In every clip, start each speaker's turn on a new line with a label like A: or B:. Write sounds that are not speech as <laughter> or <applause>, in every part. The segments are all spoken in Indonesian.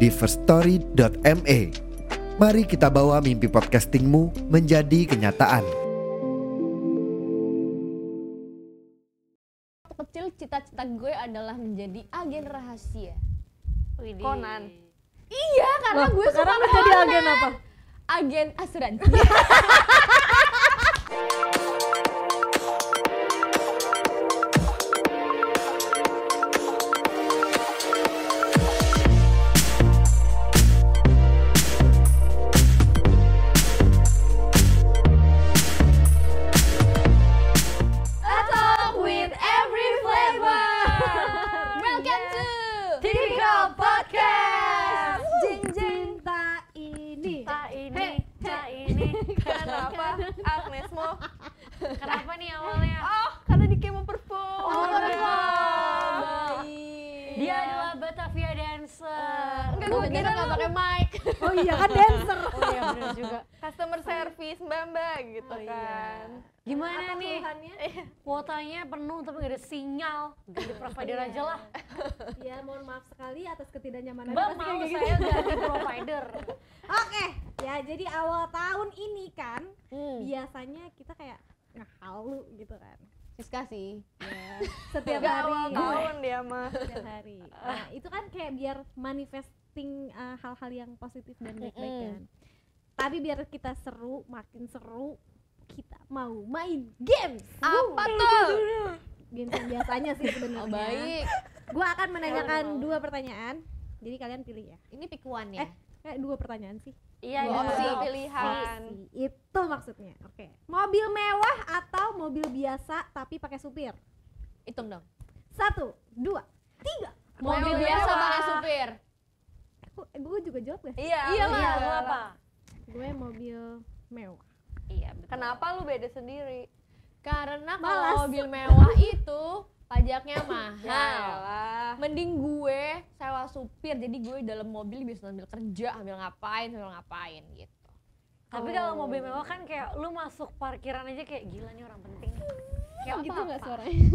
A: di firststory.me. Mari kita bawa mimpi podcastingmu menjadi kenyataan.
B: waktu kecil cita-cita gue adalah menjadi agen rahasia.
C: Widih.
B: Conan. Iya, karena
C: Loh,
B: gue
C: sekarang
B: suka
C: udah jadi
B: Conan.
C: agen apa?
B: Agen
C: <laughs>
B: asuransi. Talk with every flavor.
C: <laughs>
B: Welcome to
C: Typical Podcast.
B: Jeng jeng
D: cinta ini
C: Tak ini, tak
E: <laughs>
C: ini. Kenapa Agnes mau? Kenapa nih awalnya?
B: Oh, karena di Kemo perform.
C: Oh, iya. perform.
B: Baik.
E: iya.
C: Dia adalah Batavia dancer.
B: Enggak gue kira lu pakai mic.
D: oh iya kan dancer
C: <laughs> Oh iya bener juga.
E: customer service mbak mbak gitu
C: Oh, iya.
E: kan
C: Gimana nih? Kuotanya penuh tapi gak ada sinyal. Ganti provider aja lah.
D: ya mohon maaf sekali atas ketidaknyamanan
C: Mbak
D: Pasti
C: mau
D: kayak gitu.
C: saya ganti provider.
D: <laughs> oke ya jadi awal tahun ini kan
B: Hmm. iya.
D: biasanya kita kayak ngehalu gitu kan
B: Siska sih.
D: setiap
E: Gak
D: hari
E: awal tahun dia mah
D: setiap hari nah itu kan kayak biar manifesting uh, hal-hal yang positif dan baik-baik
B: Mm-mm.
D: kan tapi biar kita seru makin seru kita mau main games
B: Apa tuh?
D: games yang biasanya sih
B: Oh,
D: sebenarnya
B: baik.
D: gua akan menanyakan dua pertanyaan jadi kalian pilih ya
B: Ini pikuan ya.
D: Eh, kayak dua pertanyaan sih
B: Dua
C: Iya, iya.
B: opsi.
C: betul.
E: pilihan
D: Opsi. itu maksudnya oke mobil mewah atau mobil biasa tapi pakai supir
B: Hitung dong.
D: satu dua tiga
B: Mobil
E: Mobil
B: biasa
E: mewah.
B: pakai supir.
D: aku gue eh, juga jawab gak sih
E: iya
B: Iya, Mbak.
E: lu
C: Iya,
E: juga
C: lu apa?
E: lah.
D: gue mobil mewah
C: Iya, betul.
E: kenapa lu beda sendiri
B: Karena
D: Malas.
B: kalau mobil mewah itu pajaknya
C: Iya.
E: Ya,
B: mahal.
E: lah
B: Mending gue sewa supir, jadi gue dalam mobil bisa sambil kerja, sambil ngapain, sambil ngapain gitu.
C: Tapi kalau mobil mewah kan kayak lu masuk parkiran aja kayak gila nih orang penting. Kayak
B: Oh,
D: gitu
C: apa-apa.
D: gak suaranya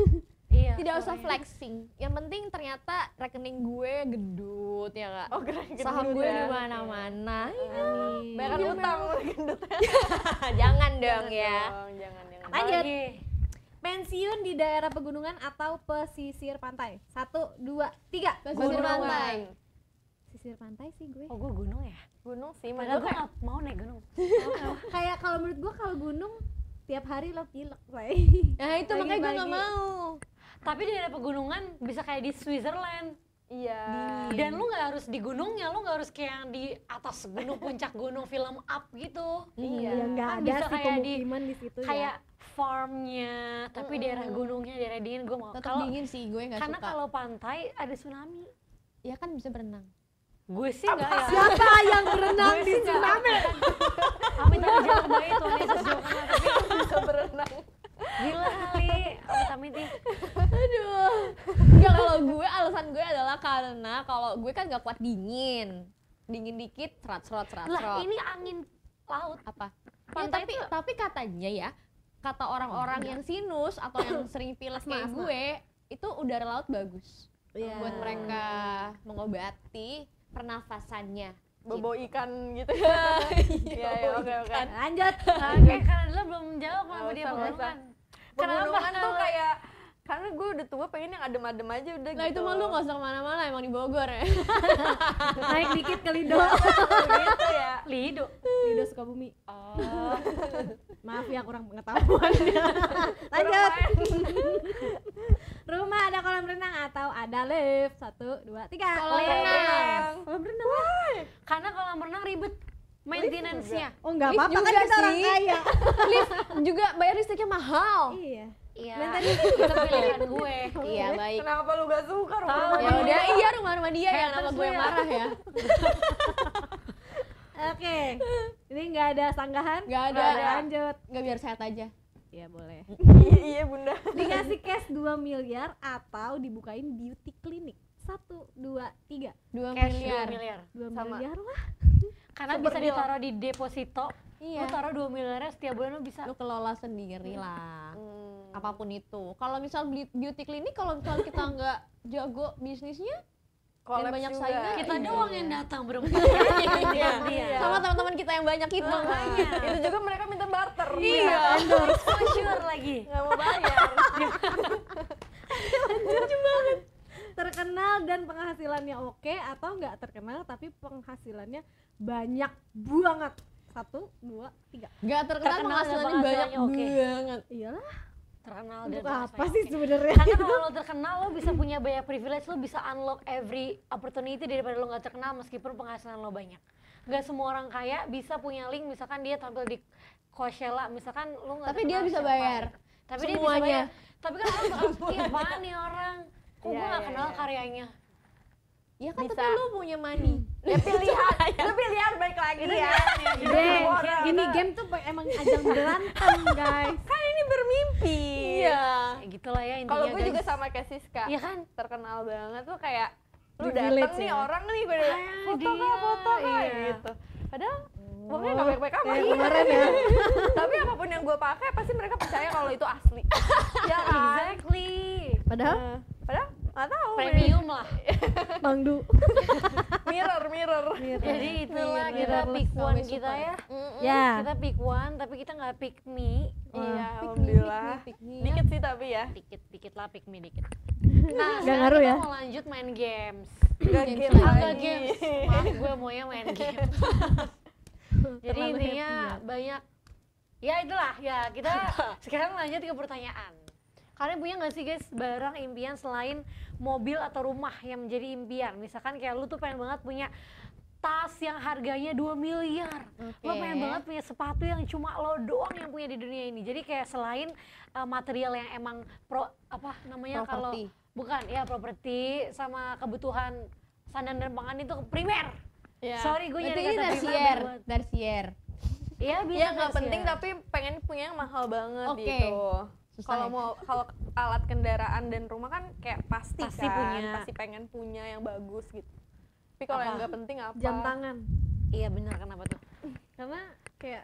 C: Iya.
B: Tidak usah
C: suaranya.
B: flexing. Yang penting ternyata rekening gue gendut ya kak.
E: oh keren gendut
B: Saham gue
E: ya.
B: di mana-mana.
D: Amin.
E: Bahkan
C: Iya,
E: utang lu gendut
B: Jangan dong
E: Jangan
B: ya.
E: dong, jangan jangan
D: Lanjut.
C: Lagi.
D: pensiun di daerah pegunungan atau pesisir pantai satu dua tiga
B: Pesisir
D: Gunungan.
B: pantai.
D: pesisir pantai sih gue
C: Oh, gua gunung ya.
E: gunung sih menurut
C: Padahal gue gak mau naik gunung. <laughs>
D: Ah, kayak kalau menurut gue kalau gunung tiap hari lo pilek Shay.
B: Nah itu makanya gue gak
D: Pagi-pagi.
B: mau.
C: Tapi di daerah pegunungan bisa kayak di Switzerland.
E: iya
C: Dan lu nggak harus di gunungnya, lu nggak harus kayak yang di atas gunung puncak gunung film up gitu.
E: Iya.
D: ya nggak
C: Kan
D: ada
C: bisa
D: sih
C: kayak di-
D: pemukiman di situ ya
C: Kayak farmnya, tapi daerah gunungnya, daerah dingin gue mau.
B: Tetap
C: Kalau
B: dingin sih gue gak
C: karena
B: suka.
C: kalau pantai ada tsunami.
B: ya kan bisa berenang.
C: Gue sih nggak ya.
D: siapa yang berenang
C: Gue
D: di
C: sih nggak.
D: tsunami
C: Amit amit jangan bayi tuh Yesus jauh kenal. Tapi
E: bisa berenang
C: gila kali. Amit amit ih.
B: Aduh. Enggak kalau gue alasan gue adalah karena kalau gue kan gak kuat dingin. Dingin dikit serat serat serat.
C: Lah
B: serat.
C: ini angin laut.
B: apa? Ya,
C: Pantai
B: tapi
C: tuh-
B: tapi katanya ya kata orang-orang yang sinus atau yang sering pilek
D: Asma,
B: kayak
D: asma.
B: gue itu udara laut bagus
D: Iya.
B: buat mereka mengobati pernafasannya.
E: bobo ikan gitu ya <laughs> iya iya,
B: bobo
E: oke oke
D: lanjut
C: Oke, karena lu belum jawab kenapa
E: Nggak
C: dia
E: usah, nggak usah.
C: pegunungan.
E: pegunungan tuh kayak karena gue udah tua pengen yang adem-adem aja udah
B: Nah
E: gitu
B: itu mah lu gak usah kemana-mana emang di Bogor ya
D: naik dikit ke Lido
E: gitu ya
C: Lido.
D: Lido Sukabumi Ah.
E: oh
D: maaf ya kurang pengetahuan lanjut <laughs> rumah ada kolam renang atau ada lift satu dua tiga
B: Kolam
D: Lift.
B: renang.
D: kolam renang
C: Karena kolam renang ribet maintenance-nya.
D: oh nggak
B: Lift
D: apa-apa kan
B: juga
D: kita orang
B: sih. Oh.
D: kaya
B: Lift juga bayar listriknya mahal
D: iya
C: Iya.
D: Dan
C: Itu pilihan gue.
B: Iya baik
E: Kenapa lu gak suka
C: Tahu.
E: rumah
B: Ya udah iya rumah-rumah sama dia ya nama
C: Haters
B: gue yang
C: lu ya.
B: marah ya
D: Oke. Ini nggak ada sanggahan?
B: Nggak ada.
D: Nggak Lanjut.
B: nggak biar sehat aja
D: Ya boleh.
E: iya bunda
D: Dikasih cash 2 miliar atau dibukain beauty clinic. Satu, dua, tiga.
B: dua
C: Cash
B: miliar
C: 2 miliar.
D: Dua
E: Sama.
D: miliar lah.
C: Karena
B: Super
C: bisa
B: deal.
C: ditaruh di deposito.
B: iya
C: Lu taruh 2 miliarnya setiap bulan lu bisa.
B: lu kelola sendiri lah apapun itu kalau misal beli beauty clinic kalau misal kita nggak jago bisnisnya
E: Collab
B: banyak
E: juga.
B: saingan,
C: Kita
B: Iya.
C: doang yang datang <laughs> berempat.
E: Iya,
C: Iya.
E: iya.
B: sama teman-teman kita yang banyak itu
E: Makanya. itu juga mereka minta barter
C: Iya. Exposure lagi.
E: nggak mau bayar
D: Terkenal dan penghasilannya oke atau nggak terkenal tapi penghasilannya banyak banget. Satu, dua, tiga.
B: nggak terkenal
C: Terkenal
B: penghasilannya
C: dan
B: banyak
C: penghasilannya
B: banget
D: Iyalah.
C: Terkenal dan
D: Untuk
C: terasa
D: apa
C: ya,
D: sih
C: oke.
D: sebenarnya? <laughs>
C: Karena kalau lo terkenal lo bisa punya banyak privilege, lo bisa unlock every opportunity daripada lo nggak terkenal meskipun penghasilan lo banyak. Gak semua orang kaya bisa punya link, misalkan dia tampil di Coachella, misalkan lo nggak
B: Tapi
C: terkenal
B: dia bisa
C: siapa.
B: bayar.
C: Tapi dia bisa
B: Semuanya.
C: bayar. Tapi kan orang bakal, "Ih, apaan nih orang? Kok
E: Iya,
C: gue gak
E: iya,
C: kenal
E: iya.
C: karyanya?
B: ya kan
E: Bisa.
B: tapi lu punya money
E: ya pilihan itu pilihan baik lagi ya Iya. Itu
D: Deh,
E: semua orang.
D: ini game tuh pe- emang ajang berantem guys.
E: Kan ini bermimpi
B: iya
C: Ya gitu lah ya intinya
E: kalau gue
C: guys.
E: juga sama kayak Siska
C: Iya kan?
E: terkenal banget tuh kayak lu
D: Di
E: dateng
D: village
E: nih
D: ya?
E: orang nih gue udah
C: Ah,
E: foto
C: dia,
E: kak foto kak
C: iya.
E: gitu padahal uangnya nggak baik-baik amat
D: Kayak kemarin ya.
E: <laughs> tapi apapun yang gue pakai pasti mereka percaya kalau itu asli ya kan
C: Exactly.
D: Padahal
E: Nah, padahal nggak tahu
C: Premium lah.
D: Bang Du.
E: <laughs> mirror mirror
D: Iya,
C: Jadi itu
B: Mila,
C: lah kita
B: Mila,
C: pick
B: Mila,
C: one
B: Mila,
C: kita
B: Mila.
C: ya.
E: Mm-mm.
D: Ya.
C: Kita pick one tapi kita nggak pick me.
E: iya
B: piknik
E: alhamdulillah
B: piknik piknik
E: dikit sih tapi ya
C: Dikit dikit lah pick me dikit. Nah, sekarang
D: ngaruh
C: kita
D: ya?
C: mau lanjut main games.
E: nggak
B: Games
E: game
B: lagi.
C: Ah, nggak
E: lagi.
C: games.
E: <laughs>
C: Maaf, gue maunya
D: <laughs>
C: main games. Jadi
D: Terlalu
C: intinya
D: happy
C: banyak Ya itulah ya kita sekarang lanjut ke pertanyaan. Kalian punya nggak sih guys barang impian selain mobil atau rumah yang menjadi impian? Misalkan kayak lu tuh pengen banget punya tas yang harganya 2 miliar. Lo
B: Oke.
C: pengen banget punya sepatu yang cuma lo doang yang punya di dunia ini. Jadi kayak selain uh, material yang emang pro apa namanya ya kalau
B: Properti.
C: bukan ya properti sama kebutuhan sandang dan pangan itu primer. Sorry gue
B: Iya. Berarti ini
C: nyari kata primer.
B: tersier
C: biar buat-
B: tersier
C: Iya bisa
E: ya nggak
C: guys,
E: penting
C: ya.
E: tapi pengen punya yang mahal banget
B: Oke.
E: gitu
B: Susah
E: kalau
B: ya?
E: mau kalau alat kendaraan dan rumah kan kayak pasti,
C: Pasti
E: kan
C: punya.
E: pasti pengen punya yang bagus gitu tapi kalau
C: Apa?
E: yang nggak penting apa
D: Jam tangan.
C: Iya benar kenapa tuh?
D: Karena kayak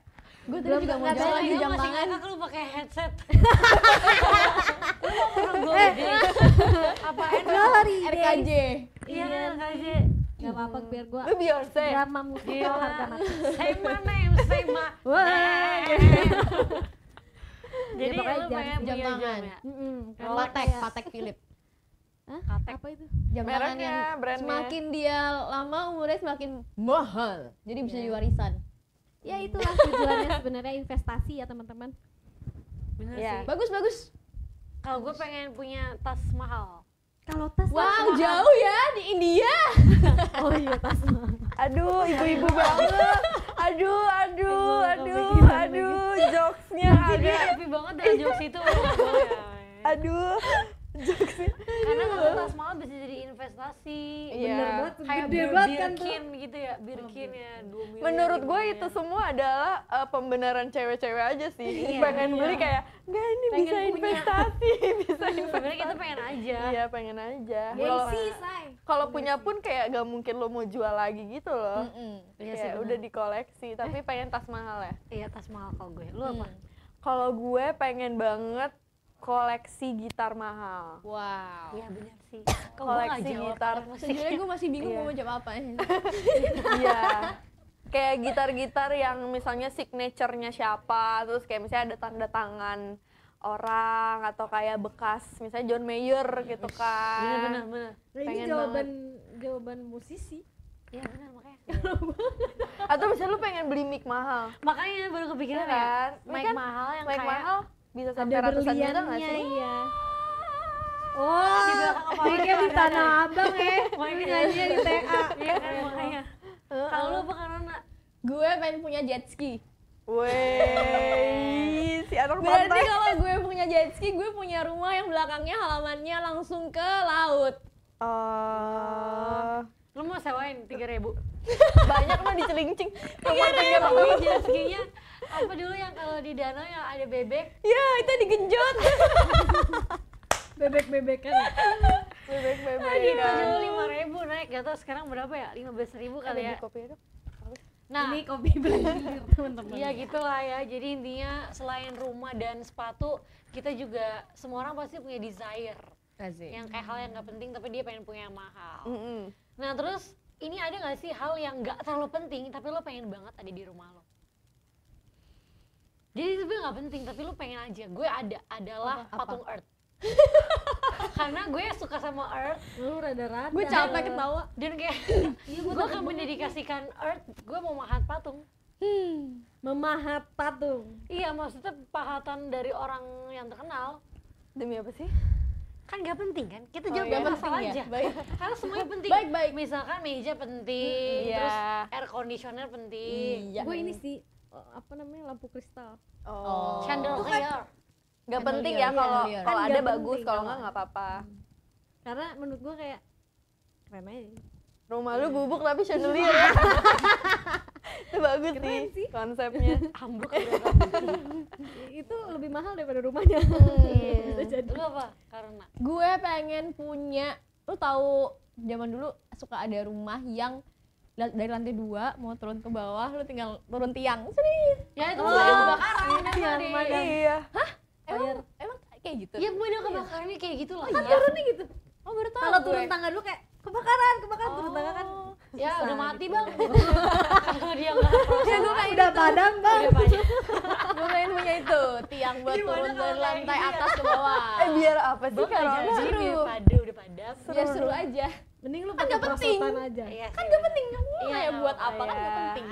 B: gue tadi
D: Belum
B: juga mau
D: Nggak
B: jalan
D: tahu
B: di
C: Lu
B: jam
C: masih
B: tangan
C: ngakak lu pakai
B: <laughs>
C: headset. lu mau gue
B: Eh.
C: Apaan?
D: Glory
B: RKJ
C: Iya kan aja.
D: Gak apa-apa biar gua
E: lu Beyonce
D: drama musik
C: Gila.
D: kalau harga mati.
C: Say my name, say my
D: Wah.
C: name. Jadi
D: Ya, pokoknya
C: lu
D: jam- Nah,
C: pengen
B: jam
C: punya
B: tangan.
C: jam ya?
D: Mm-mm. Karena
B: Patek
D: kayak-
B: Patek Philip
D: Hah?
C: Patek.
D: Apa itu?
B: jam tangan
E: Mereknya,
B: yang
E: brandnya.
B: semakin dia lama umurnya semakin mahal jadi bisa jadi warisan
D: Ya itulah tujuannya sebenarnya investasi ya teman-teman.
C: Bener
E: Iya.
C: sih.
B: bagus bagus
C: Kalau gue pengen punya tas mahal.
D: Kalau tas
B: wow
D: mahal.
B: jauh ya di India
D: Oh iya tas mahal.
E: aduh ibu-ibu banget aduh aduh
D: Ibu,
E: aduh
D: nggak pikiran
E: aduh jokesnya
C: Dia
E: Iya, ada
C: <laughs> happy banget dengan jokes itu. Boleh.
E: aduh
C: Karena kalau tas mahal bisa jadi investasi.
E: Iya.
D: Bener banget,
C: Kayak
D: gede
C: bir-
D: banget kan tuh.
C: Birkin gitu ya, Birkin ya. 2 miliar, ya.
E: menurut
C: lima
E: gue
C: miliar.
E: itu semua adalah eh, pembenaran cewek-cewek aja sih
C: Iya,
E: pengen beli
C: iya.
E: kayak nggak ini
C: Pengen
E: bisa
C: punya." <laughs>
E: investasi bisa
C: <laughs> Sebenarnya kita
E: investasi
C: pengen aja.
E: iya pengen aja kalau
D: Gengsi, say.
E: kalau punya pun kayak gak mungkin lo mau jual lagi gitu loh
C: Iya sih,
E: kayak
C: bener.
E: udah dikoleksi tapi pengen tas mahal ya
C: Iya tas mahal kalau gue. Lu
B: Iya,
C: apa?
E: kalau gue pengen banget koleksi gitar mahal
B: wow
C: Iya benar sih. Kok gue nggak
E: koleksi
C: jawab
E: gitar
C: alat
B: <laughs>
C: musik?
B: sejujurnya gue masih bingung
E: Iya.
B: mau jawab apa ya.
E: iya kayak gitar-gitar yang misalnya signaturenya siapa terus kayak misalnya ada tanda tangan orang atau kayak bekas misalnya John Mayer gitu kan
C: Bener Iya, bener bener.
D: Nah, ini
E: Pengen
D: jawaban jawaban musisi.
C: Iya bener makanya.
E: atau misalnya lu pengen beli mic mahal
C: Makanya baru kepikiran
E: Iya
C: ya.
E: kan? Ini
C: Mic
E: kan
C: mahal yang
E: mic
C: kayak
E: mahal bisa sampai
D: Ada
E: ratusan juta nggak
D: berliannya
E: sih
D: iya. Oh,
C: di belakang kepala
D: kayaknya di
C: ada-
D: Tanah Abang ya. Ini
C: <laughs> Makanya.
D: nyanyinya di TA.
C: Iya kan makanya. Kalau lu apa Karona?
B: gue pengen punya jet ski
E: Wih, si anak
B: Berarti
E: pantai.
B: kalau gue punya jet ski, gue punya rumah yang belakangnya halamannya langsung ke laut.
E: Oh,
C: tambahin tiga ribu
E: banyak mah dicelincing
C: Iya.
E: nomor tiga puluh
C: jet skinya apa dulu yang kalau di danau yang ada bebek
B: Iya,
E: ya itu digenjot
D: bebek-bebekan ya?
E: bebek bebek
C: gitu dulu lima ribu naik gak tau sekarang berapa ya lima belas ribu kali ya
E: kopi itu
C: nah
D: ini kopi belimbing teman-teman
C: Iya gitulah ya. Jadi intinya selain rumah dan sepatu, kita juga semua orang pasti punya desire yang kayak hal yang nggak penting tapi dia pengen punya yang
E: Mm.
C: mahal. Nah terus ini ada nggak sih hal yang nggak terlalu penting tapi lo pengen banget ada di rumah lo? Jadi sebenarnya nggak penting tapi lo pengen aja. Gue ada adalah patung Earth. <laughs> Karena gue suka sama Earth
D: lu rada-rada
B: Gue capek ketawa.
C: dan kayak gue akan mendedikasikan Earth. Gue mau mahat patung.
D: memahat patung
C: Iya maksudnya pahatan dari orang yang terkenal
E: demi apa sih
C: kan gak penting kan
E: Oh,
C: kita jawab
E: iya.
C: gak masalah
B: Penting
C: aja
B: ya? Baik.
C: karena semuanya penting
B: Baik, baik.
C: misalkan meja penting
E: Iya.
C: terus air conditioner penting
B: Iya.
D: gue ini sih eh, apa namanya lampu kristal
E: oh
B: kan
C: chandelier
E: nggak penting ya
B: Chandelier.
E: kalau
B: Chandelier.
E: kalau
D: Kan
E: ada
D: nggak
E: bagus
D: penting,
E: kalau
D: kalau
E: nggak nggak apa-apa
D: karena menurut gue kayak keren aja
E: rumah lu bubuk tapi chandelier <laughs> itu bagus
D: Keren
E: sih
D: sih.
E: konsepnya
C: ambruk
D: itu lebih mahal daripada rumahnya <laughs> bisa jadi
C: lu apa karena
B: gue pengen punya lu tahu zaman dulu suka ada rumah yang la- dari lantai dua mau turun ke bawah lu tinggal turun tiang Sering.
C: ya itu bukan kebakaran
D: iya,
C: Nadi.
D: lumayan.
E: iya
B: emang emang kayak gitu
C: ya model kebakarannya kayak gitu lah ya.
D: turunnya gitu
B: oh baru tahu
D: kalau
B: gue.
D: turun tangga dulu kayak kebakaran kebakaran turun tangga kan
C: ya
D: susah
C: udah mati
D: gitu.
C: bang kalau dia nggak
D: ya gue kayak udah padam bang
C: udah banyak
B: gue pengen punya itu tiang buat
C: Gimana
B: turun
C: kalau
B: dari
C: kayak
B: lantai
C: gitu ya?
B: atas ke bawah
E: eh biar apa sih
C: bang
E: kalau
C: aja
B: seru.
C: udah pada udah padam
B: biar seru aja
D: mending lu
B: Kan
D: pakai
B: nggak penting.
D: prosotan aja
C: Iya
B: kan
C: sih,
B: gak penting kan
C: Iya,
B: ya buat apa kan gak
E: iya.
B: penting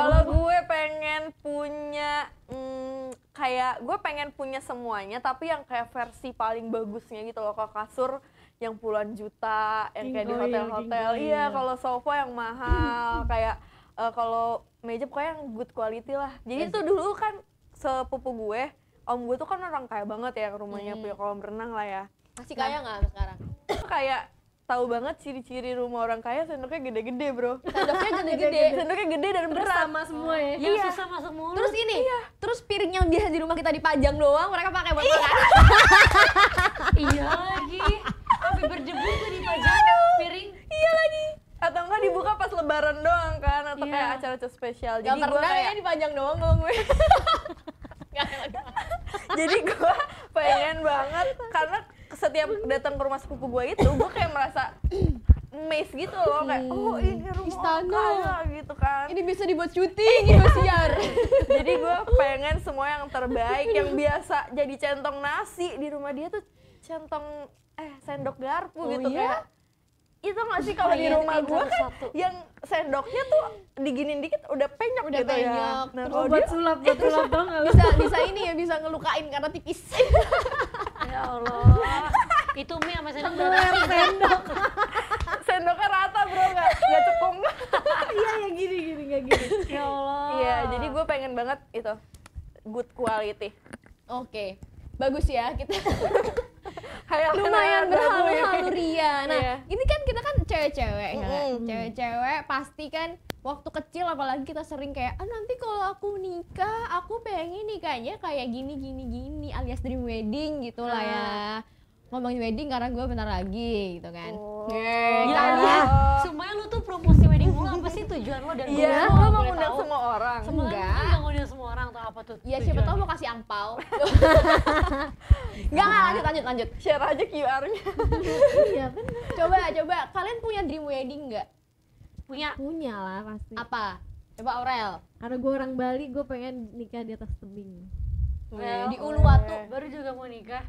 E: Kalau gue pengen punya mm, kayak gue pengen punya semuanya tapi yang kayak versi paling bagusnya gitu loh kalau kasur yang puluhan juta yang kayak di
D: King Koil,
E: hotel-hotel
D: King Koil.
E: iya kalau sofa yang mahal kayak eh, kalau meja pokoknya yang good quality lah jadi itu dulu kan sepupu gue om gue tuh kan orang kaya banget ya rumahnya punya kolam renang lah ya
B: masih kaya gak sampai sekarang
E: kayak tahu banget ciri-ciri rumah orang kaya sendoknya gede-gede
B: <laughs>
E: bro
B: sendoknya Iya, gede-gede
E: sendoknya gede dan
D: terus
E: berat
D: sama semua ya
C: yang
E: Iya.
C: susah masuk mulut
B: terus ini terus piring yang biasa di rumah kita dipajang doang mereka pakai buat makan
C: iya lagi sampai berdebu tuh di pajak piring
E: Iya lagi. Atau enggak dibuka pas lebaran doang kan atau
C: Iya.
E: kayak acara-acara spesial. Jadi
B: Gambar
E: gue
B: rendah
E: kayak
B: ya dipajang doang kalau
E: <laughs>
B: gue Nggak ada lagi.
E: jadi gue pengen banget karena setiap datang ke rumah sepupu gue itu gue kayak merasa amazed gitu loh kayak oh ini rumah orang
B: Istana. ya?"
E: kaya gitu kan.
B: ini bisa dibuat syuting dibuat <laughs> siar
E: Jadi gue pengen semua yang terbaik yang biasa jadi centong nasi di rumah dia tuh centong eh sendok garpu
B: Oh
E: gitu
B: iya?
E: kayak itu nggak sih kalau
C: Oh
E: di
C: iya,
E: rumah
C: itu
E: gue
C: yang
E: kan
C: satu.
E: yang sendoknya tuh diginin dikit udah penyok
B: Udah
E: gitu ya.
B: penyok.
E: Nah,
D: Oh,
E: kalau
D: buat
E: dia
D: sulap <laughs> buat sulap dong nggak lu?
B: bisa bisa ini ya bisa ngelukain karena <laughs> tipis
C: ya Allah itu mie sama sendok udah
E: <laughs> sendoknya rata bro nggak nggak cekung
D: iya ya gini gini nggak gini
C: ya Allah
E: iya jadi gue pengen banget itu good quality
B: oke bagus ya kita
E: kayak
B: <laughs> lumayan
E: ya.
B: berhalu-halu ria. Nah,
E: Iya.
B: ini kan kita kan cewek-cewek, ya kan?
E: Mm-mm.
B: cewek-cewek pasti kan waktu kecil apalagi kita sering kayak, ah nanti kalau aku nikah, aku pengen nikahnya kayak gini gini gini alias dream wedding gitu lah ya. Ngomongin wedding karena gue bentar lagi gitu kan.
E: Oh, iya,
B: Yeay,
C: Ya,
B: kan?
C: ya. Semuanya lu tuh promosi wedding lu apa sih tujuan lu dan
E: iya gue
C: goal lu?
E: mau
C: Boleh
E: ngundang
C: tahu?
E: semua orang
C: Semua orang
B: Enggak.
C: kan nggak ngundang semua orang atau apa tuh?
B: Ya siapa
C: tujuan?
B: tahu mau kasih angpau. Enggak, lanjut lanjut lanjut.
E: share aja QR-nya
D: <laughs> iya bener
B: Coba coba kalian punya dream wedding nggak?
C: punya
D: punya lah pasti
B: Apa? Coba Aurel.
D: karena gue orang Bali gue pengen nikah di atas tebing
B: Di Uluwatu.
C: baru juga mau nikah.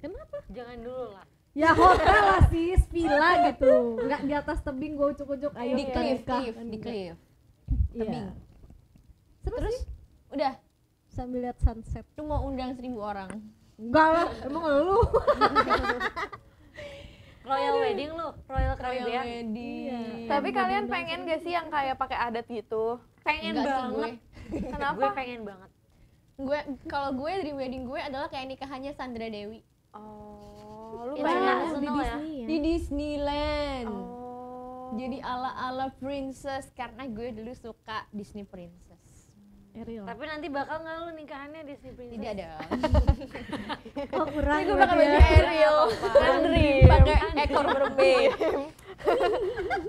D: kenapa
C: Jangan dulu lah.
D: ya hotel lah sis villa gitu nggak di atas tebing gue ujuk-ujuk ayo
B: Di
D: kita
B: cliff,
D: nikah.
B: cliff, di cliff.
D: Iya.
B: tebing.
D: seru
B: Terus
D: sih
B: udah
D: sambil lihat sunset
B: lu mau undang seribu orang
D: enggak lah emang lu
C: Royal wedding lu, Royal Caribbean.
B: Wedding.
E: tapi kan kalian pengen gak sih yang kayak pakai adat gitu
C: Pengen
B: Enggak sih gue.
C: banget.
E: Kenapa?
C: Gue pengen banget.
B: Gue kalau gue dream wedding gue adalah kayak nikahannya Sandra Dewi
E: oh lu
C: Itu
E: pengen
C: enak.
D: di
C: Seneng ya?
D: Disney ya
B: di Disneyland.
E: oh
B: jadi ala-ala princess karena gue dulu suka Disney princess.
D: Ariel.
C: Tapi nanti bakal nggak lu nikahannya Disney Princess?
B: Tidak ada.
C: <laughs>
D: Oh, kurang.
E: gue
D: ya
E: pakai
D: dia.
E: baju Ariel Andri
B: Pakai ekor
E: mermaid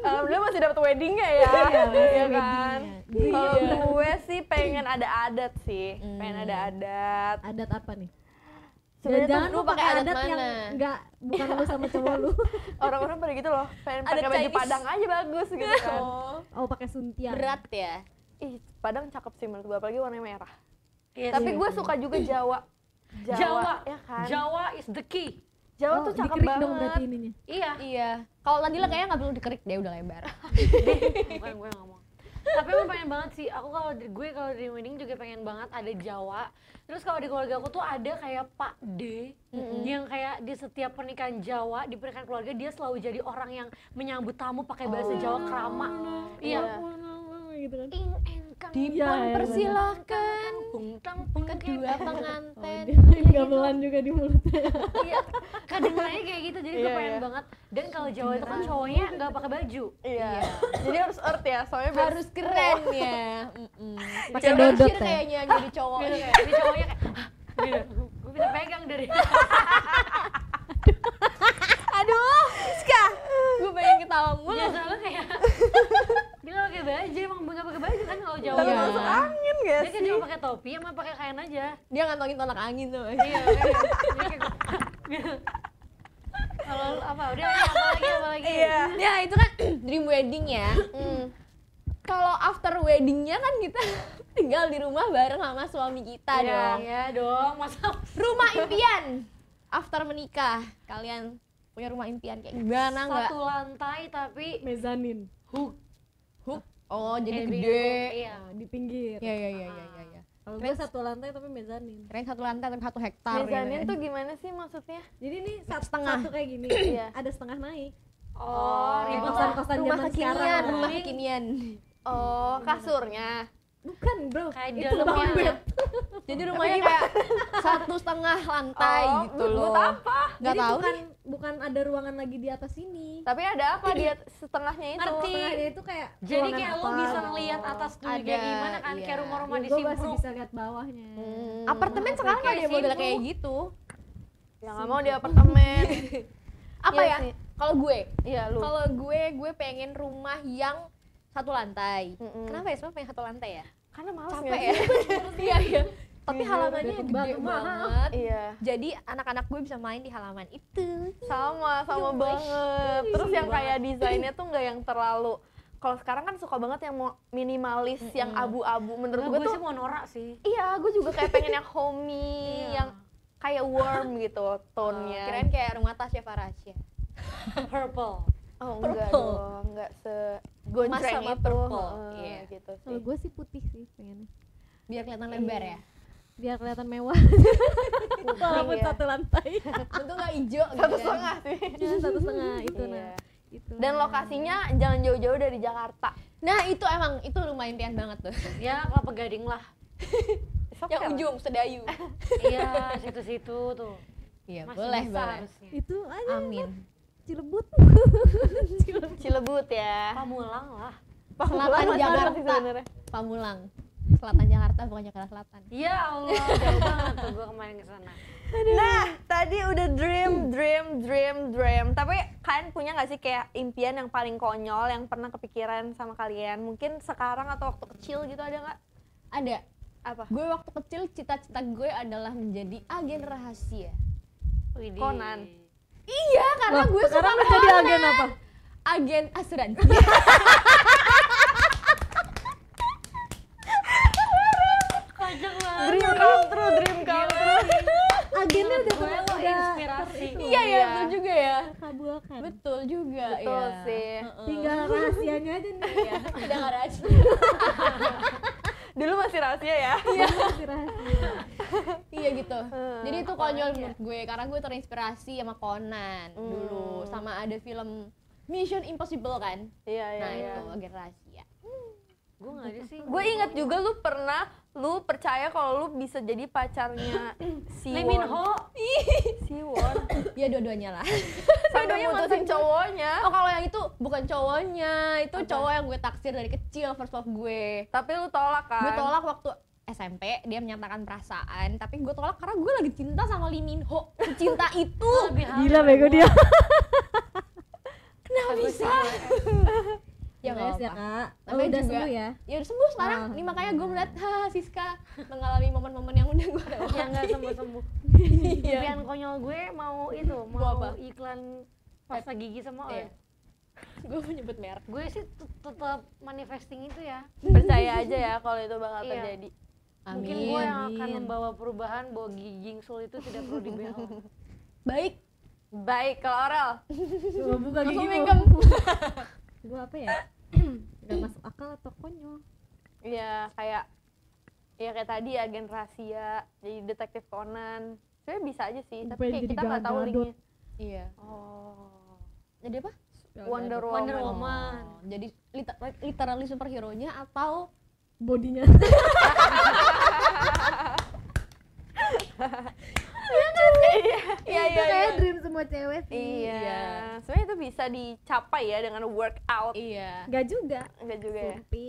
E: Alhamdulillah masih dapat weddingnya ya Iya kan
C: Iya.
E: Kalau
D: Iya.
E: gue sih pengen ada adat sih Pengen ada adat
D: Adat apa nih?
E: Sebenarnya tuh
D: Jangan lu
E: dulu
D: pakai
E: pakai
D: adat,
B: adat
D: yang
B: mana?
D: enggak bukan lu sama cowok lu.
E: Orang-orang pada gitu loh Pengen
B: Adat
E: pakai baju
B: Chinese.
E: Padang aja bagus gitu kan
D: Oh, pakai suntian.
B: Berat ya.
E: Ih Padang cakep sih menurut gue Apalagi warnanya merah
C: Iya
E: Tapi
C: sih.
E: gue suka juga Jawa Jawa,
C: Jawa.
E: ya kan
C: Jawa is the key.
E: Jawa tuh
D: Oh,
E: cakep
D: dikerik dong berarti
E: banget
D: ininya.
C: Iya.
B: <laughs> Iya. Kalau Nadila kayaknya nggak perlu dikerik deh udah lebar.
C: Bukan gue yang ngomong. Tapi emang pengen banget sih. Aku kalau dari gue kalau di wedding juga pengen banget ada Jawa. Terus kalau di keluarga aku tuh ada kayak Pak D yang kayak di setiap pernikahan Jawa, di pernikahan keluarga dia selalu jadi orang yang menyambut tamu pakai bahasa Jawa kerama. Iya.
E: Iya.
D: gitu kan.
C: Ing engkang
D: Iya,
C: pun
D: iya, <laughs>
C: persilahkan bungtang bung
B: Kedua
C: kepang.
B: pengantin.
D: Gamelan juga di mulutnya.
C: Iya. Kadang-kadang kayak gitu jadi gue
E: Iya,
C: pengen
E: iya.
C: banget. Dan kalau Jawa itu kan cowoknya nggak pakai baju.
E: Iya. Jadi harus earth ya, soalnya biar
B: Harus keren ya. Mm-mm.
D: Pakai
B: Jangan
D: dodot
B: kecil
D: ya.
B: kayaknya jadi <laughs> cowok.
E: Iya.
B: ya.
C: Gitu kayak, Ini cowoknya kayak "Hah?" gitu. Gue bisa pegang
E: <laughs>
C: dari
E: Aduh, Ska. Gue pengen ketawa mulu.
C: Iya soalnya kayak dia nggak pakai baju emang nggak pakai baju kan kalau Jawa.
E: Tapi
B: Iya.
E: masuk angin gak
C: Dia kan
E: Iya sih?
C: cuma pakai topi sama pakai kain aja.
B: Dia ngantongin tolak angin tuh.
C: Iya. kayak- dia kayak <laughs> gitu. Kalau lu apa udah ya, apa lagi apa lagi?
E: <laughs> Iya.
B: Ya itu kan <clears throat> dream wedding ya. Kalau after weddingnya kan kita <laughs> tinggal di rumah bareng sama suami kita
C: Iya
B: dong.
C: iya dong masa
B: Rumah impian after menikah. Kalian punya rumah impian kayak gimana nggak?
C: satu lantai tapi
D: Mezanin
C: hook
B: Hook. Oh jadi
C: Eh,
B: gede.
C: Iya.
D: Oh, di pinggir.
B: Ya ya ya ya ya. ya.
D: Kalau gue satu lantai tapi mezanin.
B: Keren satu lantai tapi satu hektar.
E: Mezanin
B: gitu
E: tuh
B: ya.
E: gimana sih maksudnya?
D: Jadi ini satu,
B: Setengah.
D: satu kayak gini,
E: Iya.
D: ada setengah naik. Kayak
C: Oh, ribut lah.
D: kosan-kosan
B: rumah
D: zaman sekarang.
B: kekinian,
D: lah.
B: rumah kekinian.
E: Oh, kasurnya.
D: Bukan, Bro.
C: Kayak
D: itu
C: dalamnya.
D: bang
B: ya.
D: bed.
B: <laughs> Jadi rumahnya kayak satu setengah lantai
E: oh,
B: gitu
E: buat-
B: loh.
E: buat apa?
B: Nggak
D: Jadi
B: tahu
D: bukan
B: nih.
D: bukan ada ruangan lagi di atas sini.
E: Tapi ada apa di at- setengahnya itu?
C: Ngerti.
D: Setengahnya itu kayak
C: Jadi
D: ruangan
C: kayak lo
D: apa.
C: bisa ngelihat atas dulu
B: Ada,
C: kayak gimana kan
B: iya.
C: kayak rumah-rumah
D: Ya,
C: di
D: gue masih
C: Simpruk.
D: bisa lihat bawahnya.
E: Hmm.
B: Apartemen sekarang
C: Kayak
B: ada yang model
C: sibuk.
B: kayak gitu.
E: Ya nggak mau di apartemen.
B: Apa
E: Iya
B: ya?
E: sih.
B: Kalau gue,
E: Iya lu.
B: kalau gue gue pengen rumah yang satu lantai.
E: Mm-mm.
B: Kenapa ya semua pengen satu lantai ya?
E: Karena males
B: Capek
E: nggak
B: ya.
E: sih?
B: <laughs> Iya iya. Tapi
D: Iya,
B: halamannya
D: udah
B: gede
D: kebatu mahal.
B: banget.
E: <laughs> Iya.
B: Jadi anak-anak gue bisa main di halaman itu.
E: Sama, sama banget. Terus yang kayak desainnya tuh nggak yang terlalu kalau sekarang kan suka banget yang mau minimalis, yang abu-abu. Menurut gue
C: Gue
E: tuh
C: Nah, sih mau norak sih.
E: Iya, gue juga kayak pengen yang homey, yang kayak warm gitu tone-nya.
B: Iya. Oh, Kirain kayak rumah Tasya Farasya.
C: Purple.
E: oh, enggak
B: purple.
E: dong, enggak se gonceng
B: sama
E: itu.
B: purple,
E: Heeh,
B: iya.
E: gitu sih.
D: Kalau gue sih putih sih pengennya.
B: Biar kelihatan lebar ya.
D: Biar kelihatan mewah.
E: Walaupun
D: <laughs> Walaupun
E: iya. satu
D: satu lantai.
B: <laughs> Untung nggak hijau gitu.
E: Satu
B: kan.
E: setengah sih.
D: satu <laughs> setengah itu
E: Iya.
D: nah. Itu.
E: Dan lokasinya jangan jauh-jauh dari Jakarta.
B: Nah, itu emang itu rumah impian banget tuh.
C: Ya kelapa gading lah.
E: It's okay
B: yang
E: lah.
B: ujung
E: <laughs>
B: Sedayu.
C: Iya, situ-situ tuh.
B: Iya,
C: Masih
B: boleh
C: bisa
B: boleh.
C: harusnya.
D: itu aja
B: Amin.
D: Cilebut.
E: Cilebut ya.
C: Pamulang lah.
B: Selatan
E: Pamulang
B: Jakarta.
E: sih sebenarnya.
B: Pamulang. Selatan Jakarta bukan Jakarta Selatan.
C: Ya Allah, jauh banget tuh gue kemarin ke sana.
E: Nah, tadi udah dream, dream, dream, dream. Tapi kalian punya nggak sih kayak impian yang paling konyol yang pernah kepikiran sama kalian? Mungkin sekarang atau waktu kecil gitu ada nggak?
B: Ada.
E: Apa?
B: Gue waktu kecil cita-cita gue adalah menjadi agen rahasia.
C: Widih.
E: Conan.
B: Iya, karena gue suka
D: Sekarang lu jadi
B: Conan.
D: agen apa?
B: Agen
E: <laughs>
B: asuransi.
C: Kocak banget.
E: Dream come true, dream come true.
D: Agennya udah
C: Gue lo
D: udah
C: inspirasi.
B: Iya ya, itu juga ya.
D: kabulkan.
B: Betul juga
E: Betul
B: ya.
E: sih.
D: Tinggal rahasianya aja nih.
B: Iya, tidak
E: <laughs>
B: rahasia.
E: Dulu masih rahasia ya.
D: Masih rahasia.
B: Iya gitu.
E: Hmm,
B: Jadi itu konyol menurut gue karena gue terinspirasi sama Conan
E: Hmm.
B: dulu sama ada film Mission Impossible kan.
E: <laughs> Iya, iya,
B: Nah,
E: iya.
B: itu agen rahasia.
C: Gue nggak ada sih.
E: Gue ingat juga lu pernah lu percaya kalau lu bisa jadi pacarnya si
C: Lee Min
E: <laughs>
C: Ho.
E: Won. Siwon.
B: ya dua-duanya
E: <laughs>
B: lah
E: Sampai
B: Dua-duanya
E: mutusin
B: mantan gue.
E: cowoknya.
B: oh kalau yang itu bukan cowoknya itu
E: Apa?
B: cowok yang gue taksir dari kecil first love gue
E: Tapi lu tolak kan?
B: gue tolak waktu SMP dia menyatakan perasaan tapi gue tolak karena gue lagi cinta sama Lee Min Ho cinta itu
C: Lebih halus.
D: Gila bego dia.
B: kenapa bisa <laughs> ya
E: Iya,
B: nggak
D: Beres ya
B: apa
D: kak. Oh,
B: Tapi
D: udah
B: juga-
D: sembuh ya.
B: ya udah sembuh sekarang nih makanya gue melihat ha Siska mengalami momen-momen yang udah gue lewat <laughs>
C: <laughs> yang nggak sembuh sembuh impian konyol gue mau itu mau
B: apa?
C: iklan pasta gigi
B: Iya.
C: sama oil
B: gue menyebut merek
C: gue sih tet- tetap manifesting itu ya
E: Percaya aja ya kalau itu bakal
C: Iya.
E: terjadi.
C: mungkin gue yang akan
D: Amin.
C: membawa perubahan bahwa gigi sul itu tidak perlu <laughs> dibela
B: baik gitu.
E: Baik, kalau Aurel.
D: Coba buka
B: langsung
D: gigi
B: minggem
D: Gue apa ya? Gak masuk akal atau konyol.
E: Iya, kayak ya kayak tadi ya agen rahasia, jadi detektif Conan. Sebenarnya bisa aja sih, tapi
D: Pengen
E: kayak
D: jadi
E: kita nggak tahu
D: Gal Gadot.
E: linknya.
B: <laughs> iya
E: Oh.
B: jadi apa
E: Wonder Woman.
C: Wonder Woman.
B: Oh, jadi liter- literally superhero nya atau
D: <laughs> Bodinya.
E: Iya,
D: Itu
E: iya,
D: kayak
E: iya.
D: dream semua cewek sih.
E: Iya. Sebenarnya itu bisa dicapai ya dengan workout.
B: iya
D: Gak juga.
E: Enggak juga ya.
D: Tapi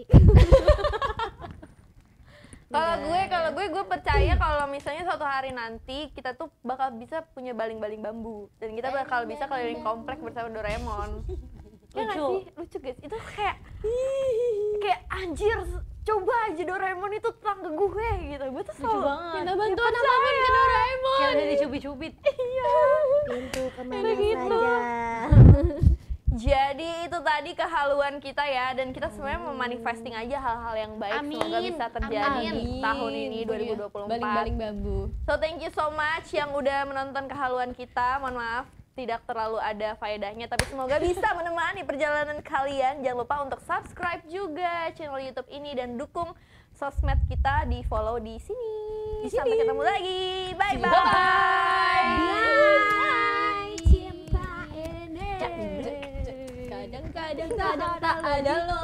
E: Kalau gue, kalau gue, gue percaya kalau misalnya suatu hari nanti kita tuh bakal bisa punya baling-baling bambu dan kita bakal bisa keliling komplek bersama Doraemon. Ya nggak
C: Lucu.
E: sih? Lucu guys. Itu kayak kayak anjir coba aja Doraemon itu terang ke gue gitu. Gue tuh
C: lucu
E: selalu
C: banget
D: Iya,
B: minta bantuan apa Min, ke Doraemon
C: kayak udah dicubit-cubit <laughs>
D: pintu kemana
E: Begitu.
D: saja.
E: Jadi itu tadi kehaluan kita ya dan kita sebenarnya memanifesting aja hal-hal yang baik semoga
C: Amin.
E: bisa terjadi
B: Amin.
E: tahun ini
B: Itu dia.
E: 2024.
B: baling-baling bambu
E: So thank you so much yang udah menonton kehaluan kita. Mohon maaf tidak terlalu ada faedahnya tapi semoga <laughs> bisa menemani perjalanan kalian. Jangan lupa untuk subscribe juga channel YouTube ini dan dukung sosmed kita di follow di sini. Sampai ketemu lagi. Bye bye.
D: Hai, cinta ini. Iya,
B: kadang-kadang kadang tak ada lo